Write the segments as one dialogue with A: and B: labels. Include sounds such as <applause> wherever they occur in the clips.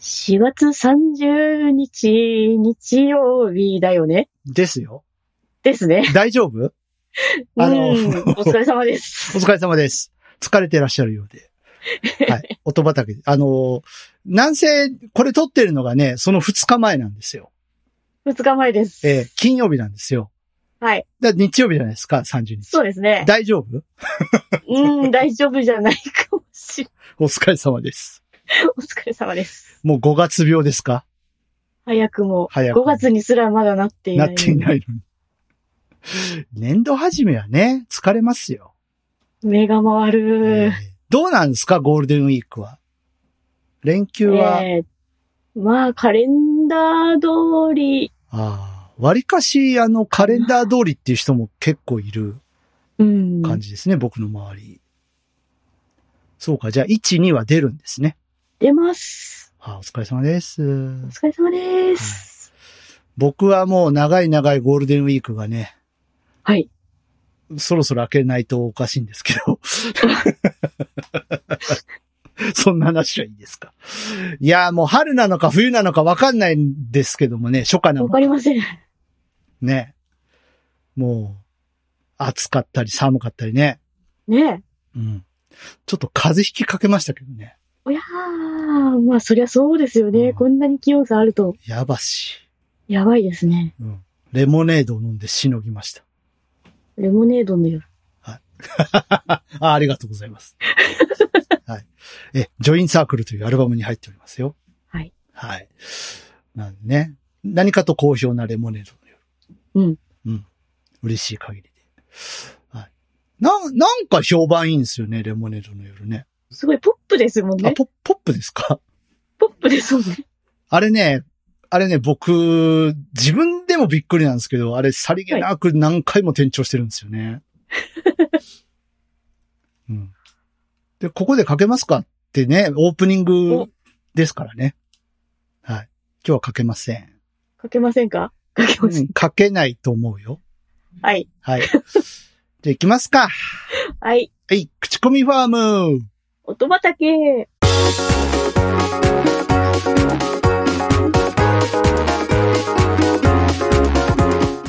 A: 4月30日、日曜日だよね
B: ですよ。
A: ですね。
B: 大丈夫あ <laughs> の
A: うん、お疲れ様で
B: お
A: す。
B: 疲れ様です。疲れてらっしゃるようで。
A: <laughs>
B: はい。音畑。あの、南西、これ撮ってるのがね、その2日前なんですよ。
A: 2日前です。
B: えー金曜日なんですよ。
A: はい。
B: だ日曜日じゃないですか、30日。
A: そうですね。
B: 大丈夫
A: うん、大丈夫じゃないかもしれない。
B: お疲れ様です。
A: お疲れ様です。
B: もう5月病ですか
A: 早くも、
B: 早くも
A: 5月にすらまだなっていな。
B: ないっていないのに。年度始めはね、疲れますよ。
A: 目が回
B: え
A: る
B: ー。どうなんですか、ゴールデンウィークは。連休は、
A: えーまあ、カレンダー通り、
B: ああ、割かし、あの、カレンダー通りっていう人も結構いる
A: うん。
B: 感じですね、僕の周り。そうか、じゃあ、1、2は出るんですね。
A: 出ます。
B: あーお疲れ様です。
A: お疲れ様です。
B: 僕はもう長い長いゴールデンウィークがね、
A: はい。
B: そろそろ開けないとおかしいんですけど。 <laughs> そんな話はいいですか。いやー、もう春なのか冬なのかわかんないんですけどもね、初夏な
A: わ
B: の
A: か
B: か
A: りません。
B: ね。もう、暑かったり寒かったりね。
A: ねえ。
B: うん。ちょっと風邪ひきかけましたけどね。
A: おやー、まあ、そりゃそうですよね。
B: うん
A: こんなに気温差あると、
B: やばし。
A: やばいですね。
B: うん。レモネードを飲んでしのぎました。
A: レモネードの夜。
B: あありがとうございます。はい。え、ジョインサークルというアルバムに入っておりますよ。
A: はい。
B: はい。なんでね。何かと好評なレモネードの夜。うん。うん。嬉しい限りで。はい。なん、なんか評判いいんですよね、レモネードの夜ね。
A: すごいポップですもん
B: あ、
A: ね。
B: ポポップですか
A: ポップですもんね。
B: あれね、あれね、僕、自分でもびっくりなんですけど、あれ、さりげなく何回も転調してるんですよね。うん。で、ここでかけますかってね、オープニングですからね。はい。今日はかけません。
A: かけませんかかけません。
B: かけないと思うよ。
A: はい。
B: はい。じゃあ行きますか。
A: はい。
B: はい、口コミファーム。
A: 音畑。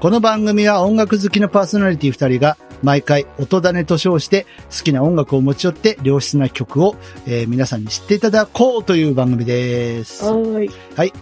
B: この番組は音楽好きのパーソナリティ2人が毎回音種と称して好きな音楽を持ち寄って良質な曲を、えー皆さんに知っていただこうという番組です。は
A: はーい。
B: い、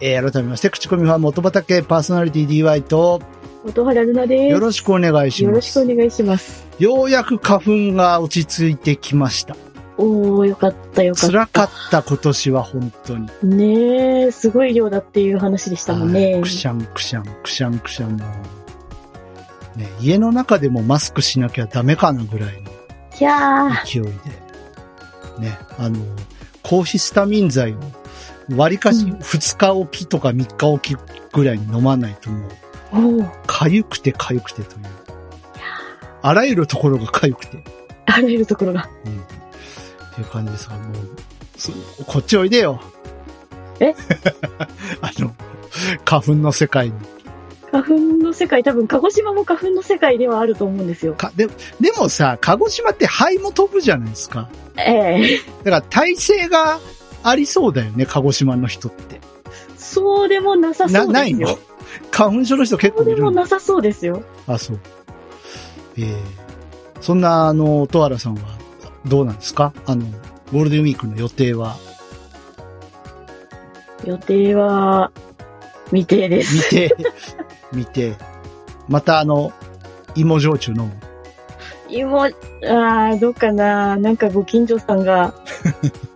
B: えー改めまして、口コミファン音畑パーソナリティ DY と
A: 音原ルナです。
B: よろしくお願いし
A: よ
B: ま
A: ろし
B: す。
A: くお願いします。
B: ようやく花粉が落ち着いてきました。
A: おー、よかったよかった。
B: 辛かった今年は本当に。
A: ねえ、すごい量だっていう話でしたもん
B: はい
A: ね
B: く。しゃんくしゃんくしゃんくしゃんもうね、家の中でもマスクしなきゃダメかなぐらいの。
A: いやー、
B: 勢いで、ね、あの、抗ヒスタミン剤を、割かし
A: うん
B: 2日おきとか3日おきぐらいに飲まないともう、
A: おー、
B: 痒くて痒くてという。あらゆるところが痒くて、うん。っ
A: あらゆるところが。
B: ていう感じですが、もう、そこっちおいでよ。
A: え
B: <laughs> あの、花粉の世界に。
A: 花粉の世界、多分、鹿児島も花粉の世界ではあると思うんですよ。
B: か、で、でもさ、鹿児島って灰も飛ぶじゃないですか。
A: ええ
B: だから体勢がありそうだよね、鹿児島の人って。
A: そうでもなさ
B: な、
A: そう
B: な
A: で
B: い
A: すよ。
B: の花粉症の人結
A: そう
B: 構い
A: で
B: る
A: も
B: んだ
A: なさそうですよ。
B: あ、そう。えー、そんな、あの、とわらさんは、どうなんですかあの、ゴールデンウィークの予定は、
A: 予定は、未定です。<laughs>
B: 見て、見て、またあの、芋焼酎の、
A: 今、あーどうかな。なんかご近所さん
B: <laughs>
A: が、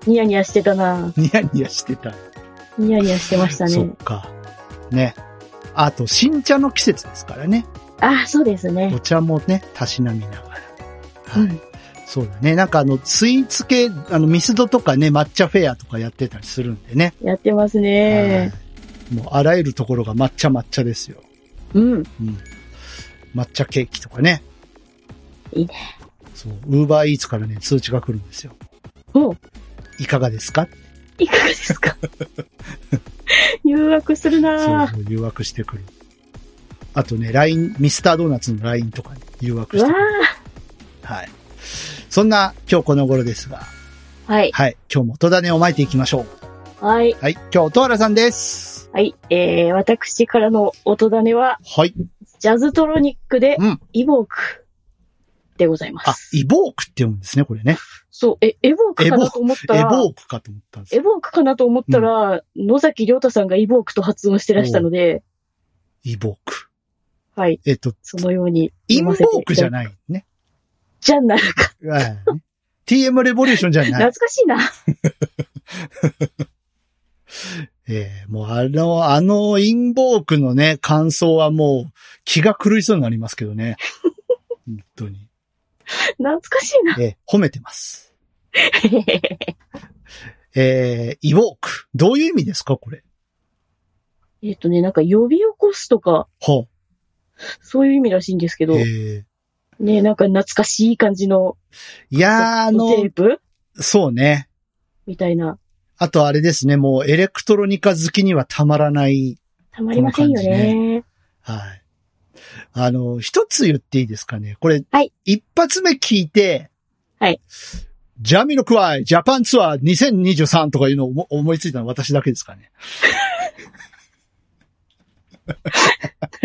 A: ニヤニヤしてたな。
B: ニヤニヤしてた。
A: ニヤニヤしてました
B: そ
A: ね
B: っ。か。ね。あと、新茶の季節ですからね。
A: あーそうですね
B: お。茶もね、たしなみながら。
A: う
B: はい。
A: ん。
B: そうだね。なんかあの、スイーツ系、あの、ミスドとかね、抹茶フェアとかやってたりするんでね。
A: やってますね。
B: はいもうあらゆるところが抹茶抹茶ですよ。
A: うん。
B: うん。抹茶ケーキとかね。
A: いいね。
B: そう、ウーバーイーツからね、通知が来るんですよ。
A: お
B: いかがですか
A: いかがです
B: <laughs>
A: か誘惑する
B: そう
A: な
B: そう、誘惑してくる。あとね、LINE、ミスタードーナツの LINE とかに誘惑
A: う
B: し
A: わ
B: てくる。はい。そんな今日この頃ですが、
A: ーはい。
B: はい、今日も音種をまいていきましょう。
A: はい。
B: はい。今日、音原さんです。
A: はい。えー、私からの音種は、
B: はい。
A: ジャズトロニックで
B: うん、
A: イボークでございま
B: あ
A: す。、
B: イボークって読むんですね、これね。
A: そう、え、エボークかなと思っ
B: エ
A: たら、
B: ボークかと思ったんです
A: エボークかなと思ったら、野崎亮太さんがイボークと発音してらしたので、
B: イボーク。
A: はい、
B: えっと、
A: そのように
B: インボ
A: ませて
B: ークじゃ
A: いただい
B: ないね。
A: じゃないか。
B: はい。TM レボリューションじゃない
A: 懐。かしいな。 <laughs>
B: えー、もうあの、あの、インボークのね、感想はもう気が狂いそうになりますけど <laughs> ね。本当に。
A: 懐かしいな。 <laughs>
B: えー褒めてます。えー、イボーク。どういう意味ですかこれ。
A: えっとね、なんか呼び起こすとか、
B: ほ
A: そういう意味らしいんですけ
B: う。
A: ど、
B: えー、
A: ね、なんか懐かしい感じの
B: いやー、あ
A: テ
B: の、
A: ープ
B: そうね。
A: みたいな。
B: あとあれですね、もうエレクトロニカ好きにはたまらない。
A: たまりませんよ
B: この感じ
A: ね。
B: はい。あの、一つ言っていいですかね。これ、
A: はい
B: 一発目聞いて、
A: はい。
B: ジャミロクワイ、ジャパンツアー2023とかいうのを思思いついたのは私だけですかね。
A: <laughs> な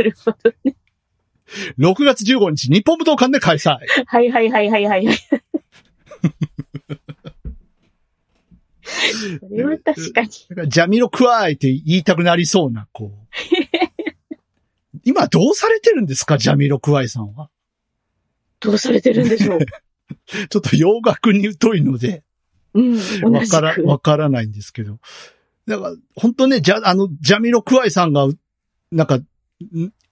A: るほど。
B: 6月15日、日本武道館で開催。
A: はいはいはいはい
B: <laughs>
A: はいはい。それは確かに。
B: だからジャミロクワイって言いたくなりそうな、
A: <laughs>
B: こう。今どうされてるんですかジャミロクワイさんは。
A: どうされてるんでしょう。
B: ちょっと洋楽に疎いので。
A: うん、同
B: わ
A: じ
B: から、
A: く。
B: わからないんですけど。だから、本当ね、じゃ、あの、ジャミロクワイさんが、うなんか、ん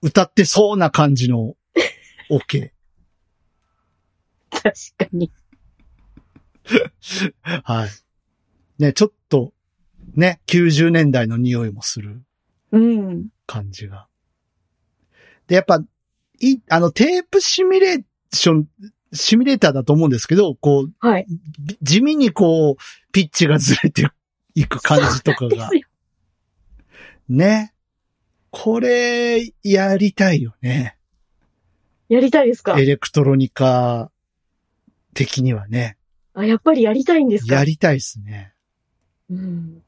B: 歌ってそうな感じの、オケ。
A: 確かに。
B: はい。ね、ちょっと、ね、90年代の匂いもする
A: うん。
B: 感じが。で、やっぱ、い、あの、テープシミュレーション、シミュレーターだと思うんですけど、こう、
A: はい。
B: び地味にこう、ピッチがずれていく感じとか
A: で
B: が
A: す。よ。
B: ね。これ、やりたいよね。
A: やりたいですか
B: エレクトロニカ的にはね。
A: あ、やっぱりやりたいんですか
B: やりたいですね。
A: うん。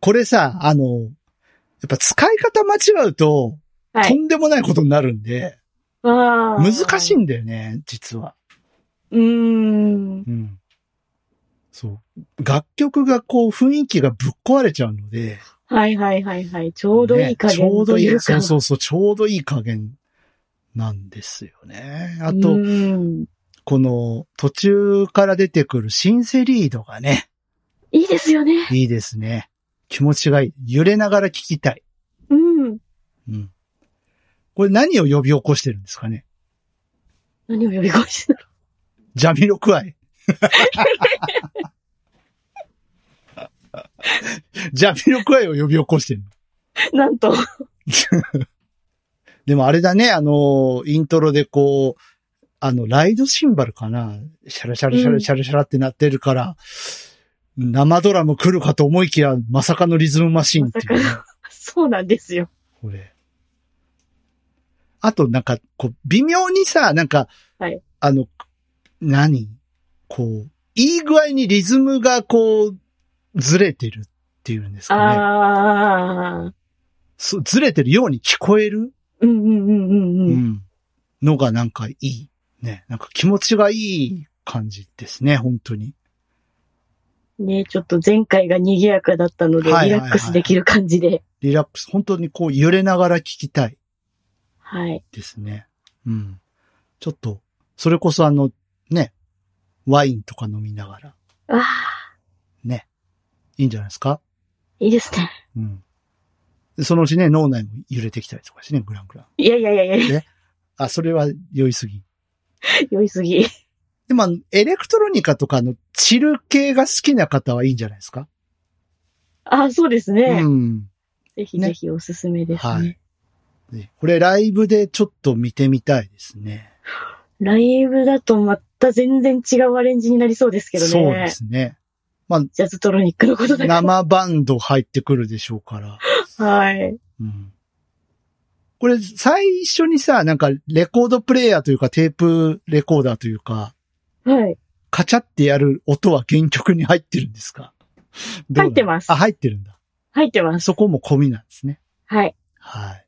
B: これさ、あの、やっぱ使い方間違うと、
A: は
B: と
A: い。
B: んでもないことになるんで、
A: あー
B: 難しい。んだよね、実は。
A: うーん。
B: うん。そう。楽曲がこう、雰囲気がぶっ壊れちゃうので、
A: はいはいはいはい。ちょうどいい加減
B: ねちょうど
A: と
B: い
A: いう
B: い、
A: か。
B: そうそうそう、ちょうどいい加減なんですよね。あと、
A: うん
B: この途中から出てくるシンセリードがね、
A: いいですよね。
B: いいですね。気持ちがいい。揺れながら聞きたい。
A: うん。
B: うん。これ何を呼び起こしてるんですかね
A: 何を呼び越してる
B: ジャミロクワイ。ジャミロクワイを呼び起こしてるの。
A: なんと。 <laughs>
B: でもあれだね、あの、イントロでこう、あの、ライドシンバルかなシャラシャラシャラシャラシャラってなってるから、生ドラム来るかと思いきや、まさかのリズムマシンっていう、ね。
A: そうなんですよ。
B: これ。あと、なんか、こう、微妙にさ、なんか、
A: はい
B: あの、何こう、いい具合にリズムがこう、ずれてるっていうんですかね。
A: ああ。
B: そうずれてるように聞こえる、
A: うんうんうんうん
B: う
A: うん。
B: ん、のがなんかいい。ね。なんか気持ちがいい感じですね、本当に。
A: ねちょっと前回が賑やかだったので、
B: はい
A: リ
B: はいは
A: ラ
B: い
A: ックスできる感じで。
B: リラックス、本当にこう揺れながら聞きたい
A: はい。
B: ですね。うん。ちょっと、それこそあの、ね、ワインとか飲みながら。
A: ああ、
B: いいんじゃないですか
A: いいですね。
B: うん。でそのうちね、脳内も揺れてきたりとかしてね、グラングラン。
A: いやいやいやいや、
B: あ、それは酔いすぎ。
A: 酔いすぎ。
B: でもあの、エレクトロニカとかのチル系が好きな方はいいんじゃないですか、
A: ああ、そうですね。
B: うん。
A: ぜひ
B: ね
A: ぜひおすすめですね。
B: はいねこれライブでちょっと見てみたいですね。
A: ライブだとまた全然違うアレンジになりそうですけどね。
B: そうですね。
A: ジャズトロニックのことだか
B: 生バンド入ってくるでしょうから。
A: ら。はい。
B: うん。これ最初にさ、なんかレコードプレイヤーというかテープレコーダーというか、
A: はい。 <laughs>
B: カチャってやる音は原曲に入ってるんですかど
A: 入
B: うなの
A: ってます
B: あ、入ってるんだ。
A: 入ってます。
B: そこも込みなんですね。
A: はい。
B: はい。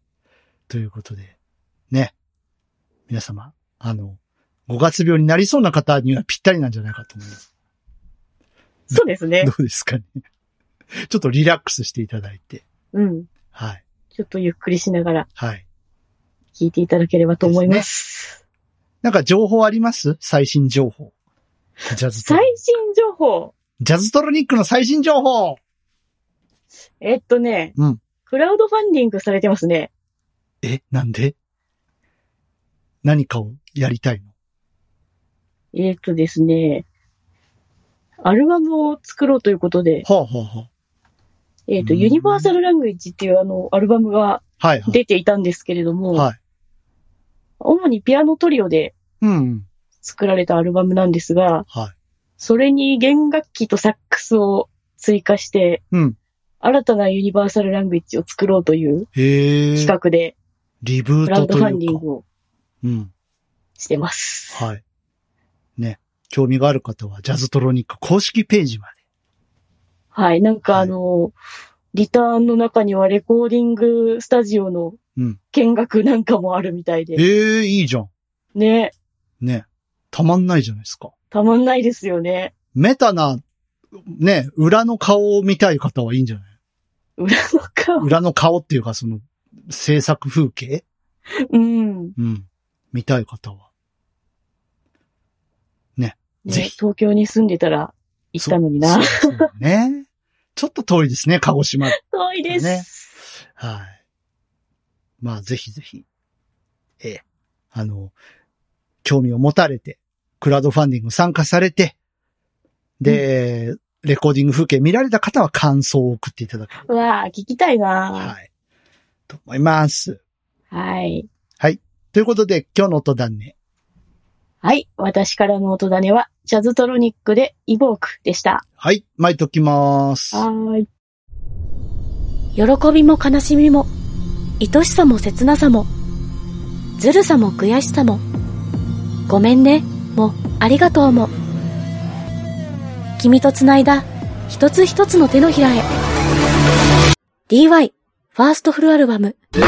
B: ということで、ね。皆様、あの、5月病になりそうな方にはぴったりなんじゃないかと思います。
A: そうですね
B: ど。うですかね。 <laughs> ちょっとリラックスしていただいて。
A: うん。
B: はい。
A: ちょっとゆっくりしながら
B: はい。
A: 聞いていただければと思います。
B: なんか情報あります最新情報。ジャズトロ
A: 最新情報。
B: ジャズトロニックの最新情報
A: えっとね、
B: うん
A: クラウドファンディングされてますね。
B: え、なんで何かをやりたいの
A: えっとですね、アルバムを作ろうということで、
B: ほうほうほう。
A: えっと、
B: うん
A: ユニバーサルラングイッジっていうあの、アルバムが
B: はいはい。
A: 出ていたんですけれども、
B: はい。
A: 主にピアノトリオで
B: うん。
A: 作られたアルバムなんですが、
B: はい。
A: それに弦楽器とサックスを追加して、
B: うん
A: 新たなユニバーサルラングイッジを作ろうという
B: へえ。
A: 企画で、
B: リブ
A: ク
B: ー
A: ラ
B: ト
A: ウド
B: と
A: ファン
B: い
A: ディン
B: うか。
A: グを
B: うん。
A: してます。
B: はい。ね。興味がある方は、ジャズトロニック公式ページま
A: はい。なんか
B: はい
A: あの、リターンの中にはレコーディングスタジオの
B: うん
A: 見学なんかもあるみたいで。
B: で。ええいいじゃん。
A: ね。
B: ね。たまんないじゃないですか。
A: たまんないですよね。
B: メタな、ね、裏の顔を見たい方はいいんじゃない
A: 裏の顔。
B: 裏の顔っていうか、その、制作風景
A: うん。
B: <laughs> うん。見たい方は。
A: ね、
B: ぜひ
A: 東京に住んでたら行ったのにな。
B: そうそうだね。ちょっと遠いですね、鹿児島。
A: <laughs> 遠いです。
B: ねはい。まあ、ぜひぜひ。ええ。あの、興味を持たれて、クラウドファンディング参加されて、で、レコーディング風景見られた方は感想を送っていただけれ
A: うわあ、聞きたいな
B: ば。はい。と思います。
A: はい。
B: ということで、今日の音談ね。
A: はい。私からの音種は、ジャズトロニックでイボークでした。
B: はい、巻いときます。
A: はーい。
C: 喜びも悲しみも、愛しさも切なさも、ずるさも悔しさも、ごめんね、もありがとうも。君と繋いだ、一つ一つの手のひらへ。DY、ファーストフルアルバム、
D: きっ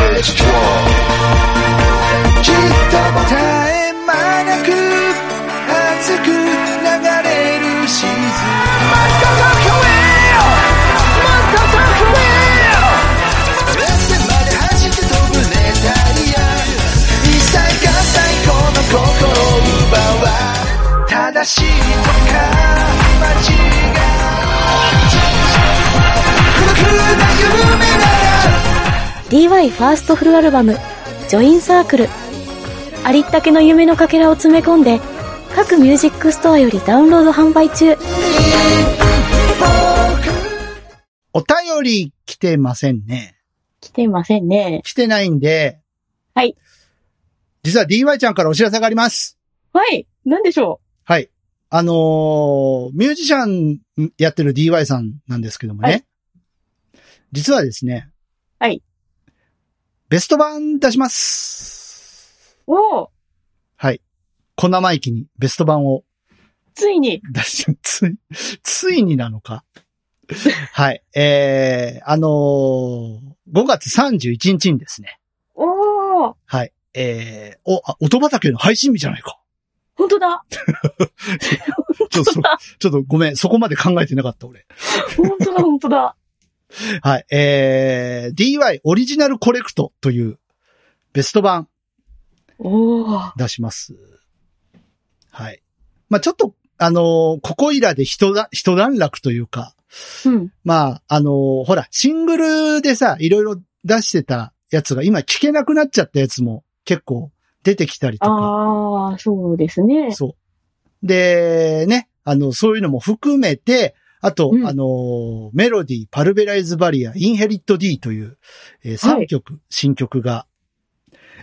D: と絶え間なく熱く流れるシーズンもっと遠くへよもっと遠くへよ列まで走って飛ぶ熱帯夜一切が最高の心を奪わ正しいとか間違い孤独な夢なら
C: DY ファーストフルアルバム、ジョインサークル。ありったけの夢のかけらを詰め込んで、各ミュージックストアよりダウンロード販売中。
B: お便り来てませんね。
A: 来てませんね。
B: 来てないんで。
A: はい。
B: 実は DY ちゃんからお知らせがあります。
A: はい。なんでしょ
B: はい。あのーミュージシャンやってる DY さんなんですけどもね。
A: はい
B: 実はですね。
A: はい。
B: ベスト版出します。
A: うおー
B: はい。小生意気にベスト版を
A: ついに、
B: 出し、つい、ついになの
A: <laughs>
B: か。はい。えー、あのー、5月31日にですね。
A: おー
B: はい。えー、お、あ、音畑の配信日じゃないか。
A: 本当
B: <laughs>
A: だ
B: ちょっとそ、ちょっとごめん、そこまで考えてなかった俺。
A: 本当だ本当だ
B: はい。えー、DY オリジナルコレクトというベスト版
A: おー
B: 出します。はい。まあ、ちょっと、あのーここいらで人だ、人段落というか、
A: うん。
B: まあ、あのーほら、シングルでさ、いろいろ出してたやつが今聞けなくなっちゃったやつも結構出てきたりとか、
A: ああ、そうですね。
B: そう。で、ね、あの、そういうのも含めて、あと、
A: うん
B: あの、メロディー、パルベライズバリア、インヘリット D という、え
A: はい
B: 3曲、新曲が、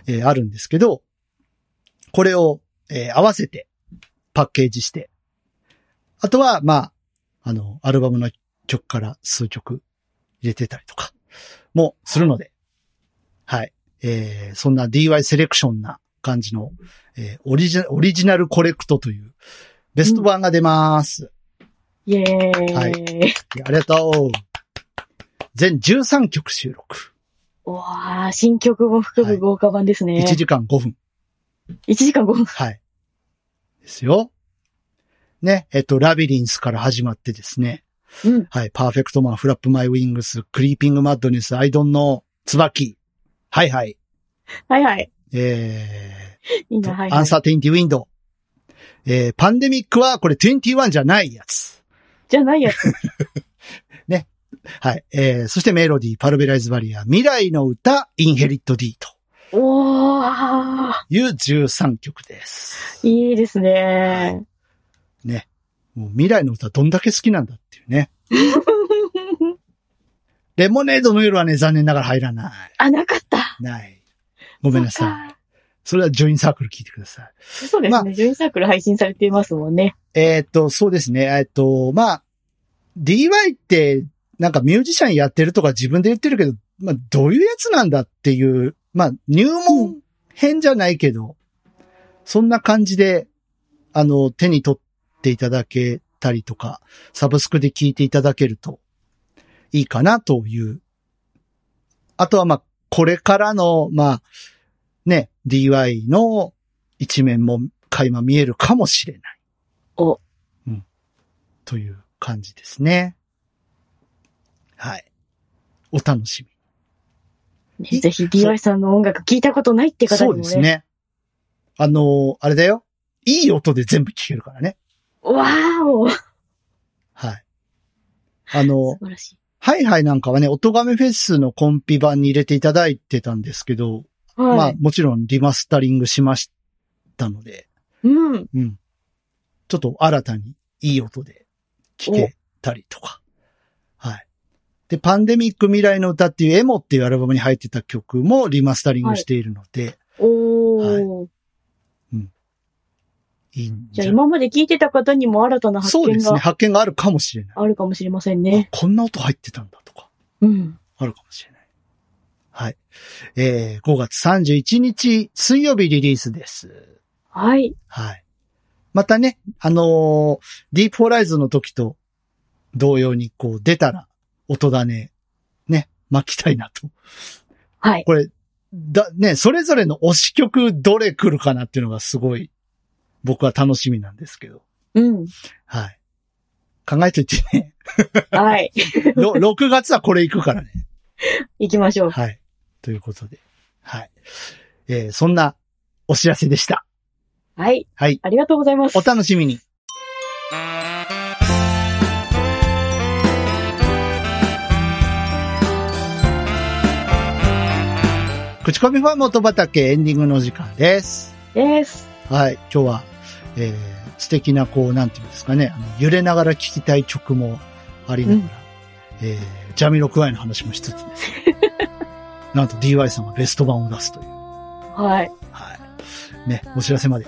B: えーあるんですけど、これを、えー合わせてパッケージして、あとは、まあ、あの、アルバムの曲から数曲入れてたりとか、もするので、はい。えーそんな DY セレクションな感じの、えーオリジナル、オリジナルコレクトという、ベスト版が出ます。
A: イェーイ。
B: はありがとう。全13曲収録。
A: うわー、新曲も含
B: はい
A: む豪華版ですね。
B: 1時間5分。
A: 1時間5分。
B: はい。ですよ。ね、えっと、ラビリンスから始まってですね。
A: うん。
B: はい、パーフェクトマン、フラップマイウィングス、クリーピングマッドネス、アイドンの椿。はいはい。
A: はいはい。
B: え
A: いい
B: ーと
A: な、はい、はい。
B: アンサーテインティウィンドウ。えー、パンデミックはこれ21じゃないやつ。
A: じゃないやつ。
B: はい。えー、そしてメロディー、パルベライズバリア、未来の歌、インヘリット D と
A: おー、
B: いう13曲です。
A: いいですね。
B: もう未来の歌どんだけ好きなんだっていうね。レモネードの夜はね、残念ながら入らな
A: あ、なかった。
B: い。ない。ごめんなさい。
A: い。
B: それはジョインサークル聞いてください。
A: そうで
B: ますあ
A: ね。ジョインサークル配信されていますもんね。
B: えーっと、そうですね。えーっと、まあ、DY って、なんかミュージシャンやってるとか自分で言ってるけど、まあ、どういうやつなんだっていう、まあ、入
A: う
B: 門編じゃないけど、そんな感じで、あの、手に取っていただけたりとか、サブスクで聞いていただけるといいかなという。あとは、まあ、これからの、まあ、ね、DY の一面も垣間見えるかもしれない。
A: お。
B: うん。という感じですね。はい。お楽しみ。い
A: ぜひ
B: そう
A: DY さんの音楽聞いたことないって方に
B: そ
A: も
B: う
A: ね。
B: です。ね。あのーあれだよ。いい音で全部聞けるからね。
A: わーお素
B: はい。あのー
A: 晴らしい。
B: ハイハイなんかはね、音亀フェスのコンピ版に入れていただいてたんですけど、ま
A: は
B: あ
A: い。
B: もちろんリマスタリングしましたので、
A: うん。
B: うん。ちょっと新たにいい音で聞けたりとか。はい。で、パンデミック未来の歌っていうエモっていうアルバムに入ってた曲もリマスタリングしているので、
A: おー。
B: い、いん
A: じ
B: じ
A: ゃ
B: ゃ
A: あ
B: ない
A: 今まで聞いてた方にも新たな発
B: そう
A: 見
B: ですね。
A: が
B: 発見があるかもしれない。
A: あるかもしれませんね。
B: あこんな音入ってたんだとか、
A: うん。
B: あるかもしれない。はい。えー、5月31日水曜日リリースです。
A: はい。
B: はい。またね、あのーディープホライズンの時と同様に、こう、出たら、音種、ね、巻きたいなと。
A: はい。
B: これ、だ、ね、それぞれの推し曲どれ来るかなっていうのがすごい、僕は楽しみなんですけど。
A: うん。
B: はい。考えといてね。 <laughs>
A: はい。 <laughs>
B: ろ6月はこれ行くからね。
A: 行きましょう。
B: はい。ということで。はい。えーそんなお知らせでした。
A: はい。
B: はい。
A: ありがとうございます
B: お。楽しみに。口コミファーム音畑エンディングの時間です。
A: です。
B: はい、今日は、えー、素敵な、こう、なんていうんですかね、あの揺れながら聴きたい曲もありながら、えー、ジャミロクワイの話もしつつですねなんと DY さんがベスト版を出すという、
A: はい。
B: はい。ね、お知らせまで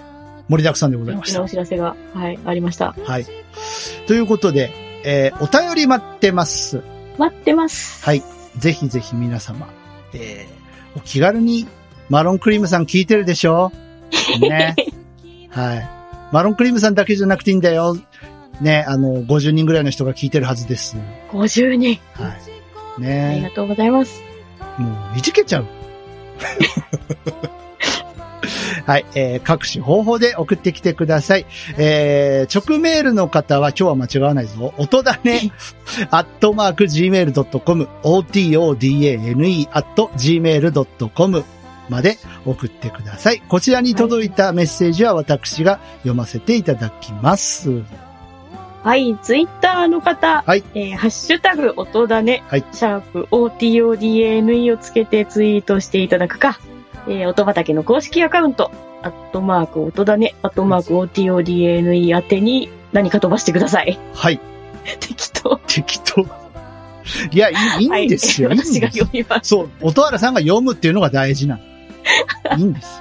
B: 盛りだくさんでござい
A: 大
B: まし
A: き
B: た
A: なお。知らせが、はい、ありました。
B: はい。ということで、えーお便り待ってます。
A: 待ってます。
B: はい。ぜひぜひ皆様、えーお気軽に、マロンクリームさん聞いてるでしょね。はい。マロンクリームさんだけじゃなくていいんだよ。ね、あの、50人ぐらいの人が聞いてるはずです。
A: 50人。
B: はい。
A: ありが
B: ね
A: とうございます。
B: もう、いじけちゃう。 <laughs> はい、えー各種方法で送ってきてください。えー直メールの方は今日は間違わないぞ。音だね。アットマーク gmail.com、otodane アット gmail.com まで送ってください。こちらに届いたメッセージは私が読ませていただきます。
A: はい。ツイッターの方。
B: はい
A: えーハッシュタグ、音だね。
B: はい
A: シャープ、OTODANE をつけてツイートしていただくか、えー音畑の公式アカウント、アットマーク、音だね。アットマーク、OTODANE 宛てに何か飛ばしてください。
B: はい、
A: 適当。
B: 適当。いや、いいいいんですよ。
A: はいい、
B: いん
A: 私が
B: ですよ
A: 読みます。
B: そう、音原さんが読むっていうのが大事なの。いいんです。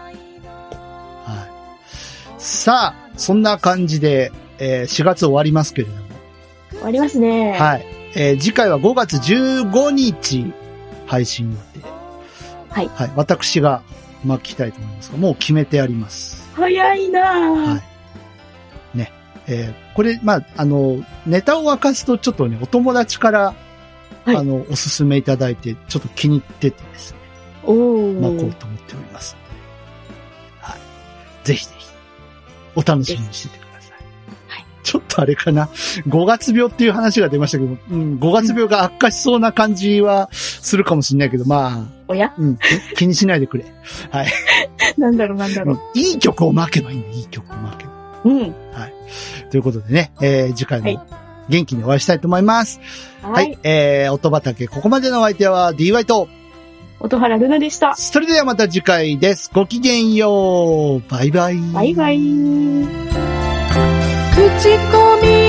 B: はい。さあ、そんな感じで、えー4月終わりますけれども。
A: 終わりますね。
B: はい。えー次回は5月15日配信予定。
A: はい
B: はい。私が巻きたいと思いますが、もう決めてあります。
A: 早いなぁ、
B: はい。ね。えーこれ、まあ、あの、ネタを明かすとちょっとね、お友達から、
A: はい
B: あの、おすすめいただいて、ちょっと気に入っててですね、
A: おー。
B: 巻こうと思っております。はい。ぜひぜひ、お楽しみにしててください。
A: はい。
B: ちょっとあれかな、5月病っていう話が出ましたけど、うん、5月病が悪化しそうな感じはするかもしれないけど、ま
A: おや
B: あ、うん、気にしない <laughs> でくれ。
A: なんだろうなんだろう。
B: いい曲を巻けばいいの、いい曲を巻けば。
A: うん。
B: ということでね、えー、次回も元気にお会いしたいと思います。
A: は
B: はい、
A: い。
B: えー、音畑、ここまでのお相手は DY と、
A: 音原ルナでした。
B: それではまた次回です。ごきげんよう。バイバイ。
A: バイバイ。
D: 口コミ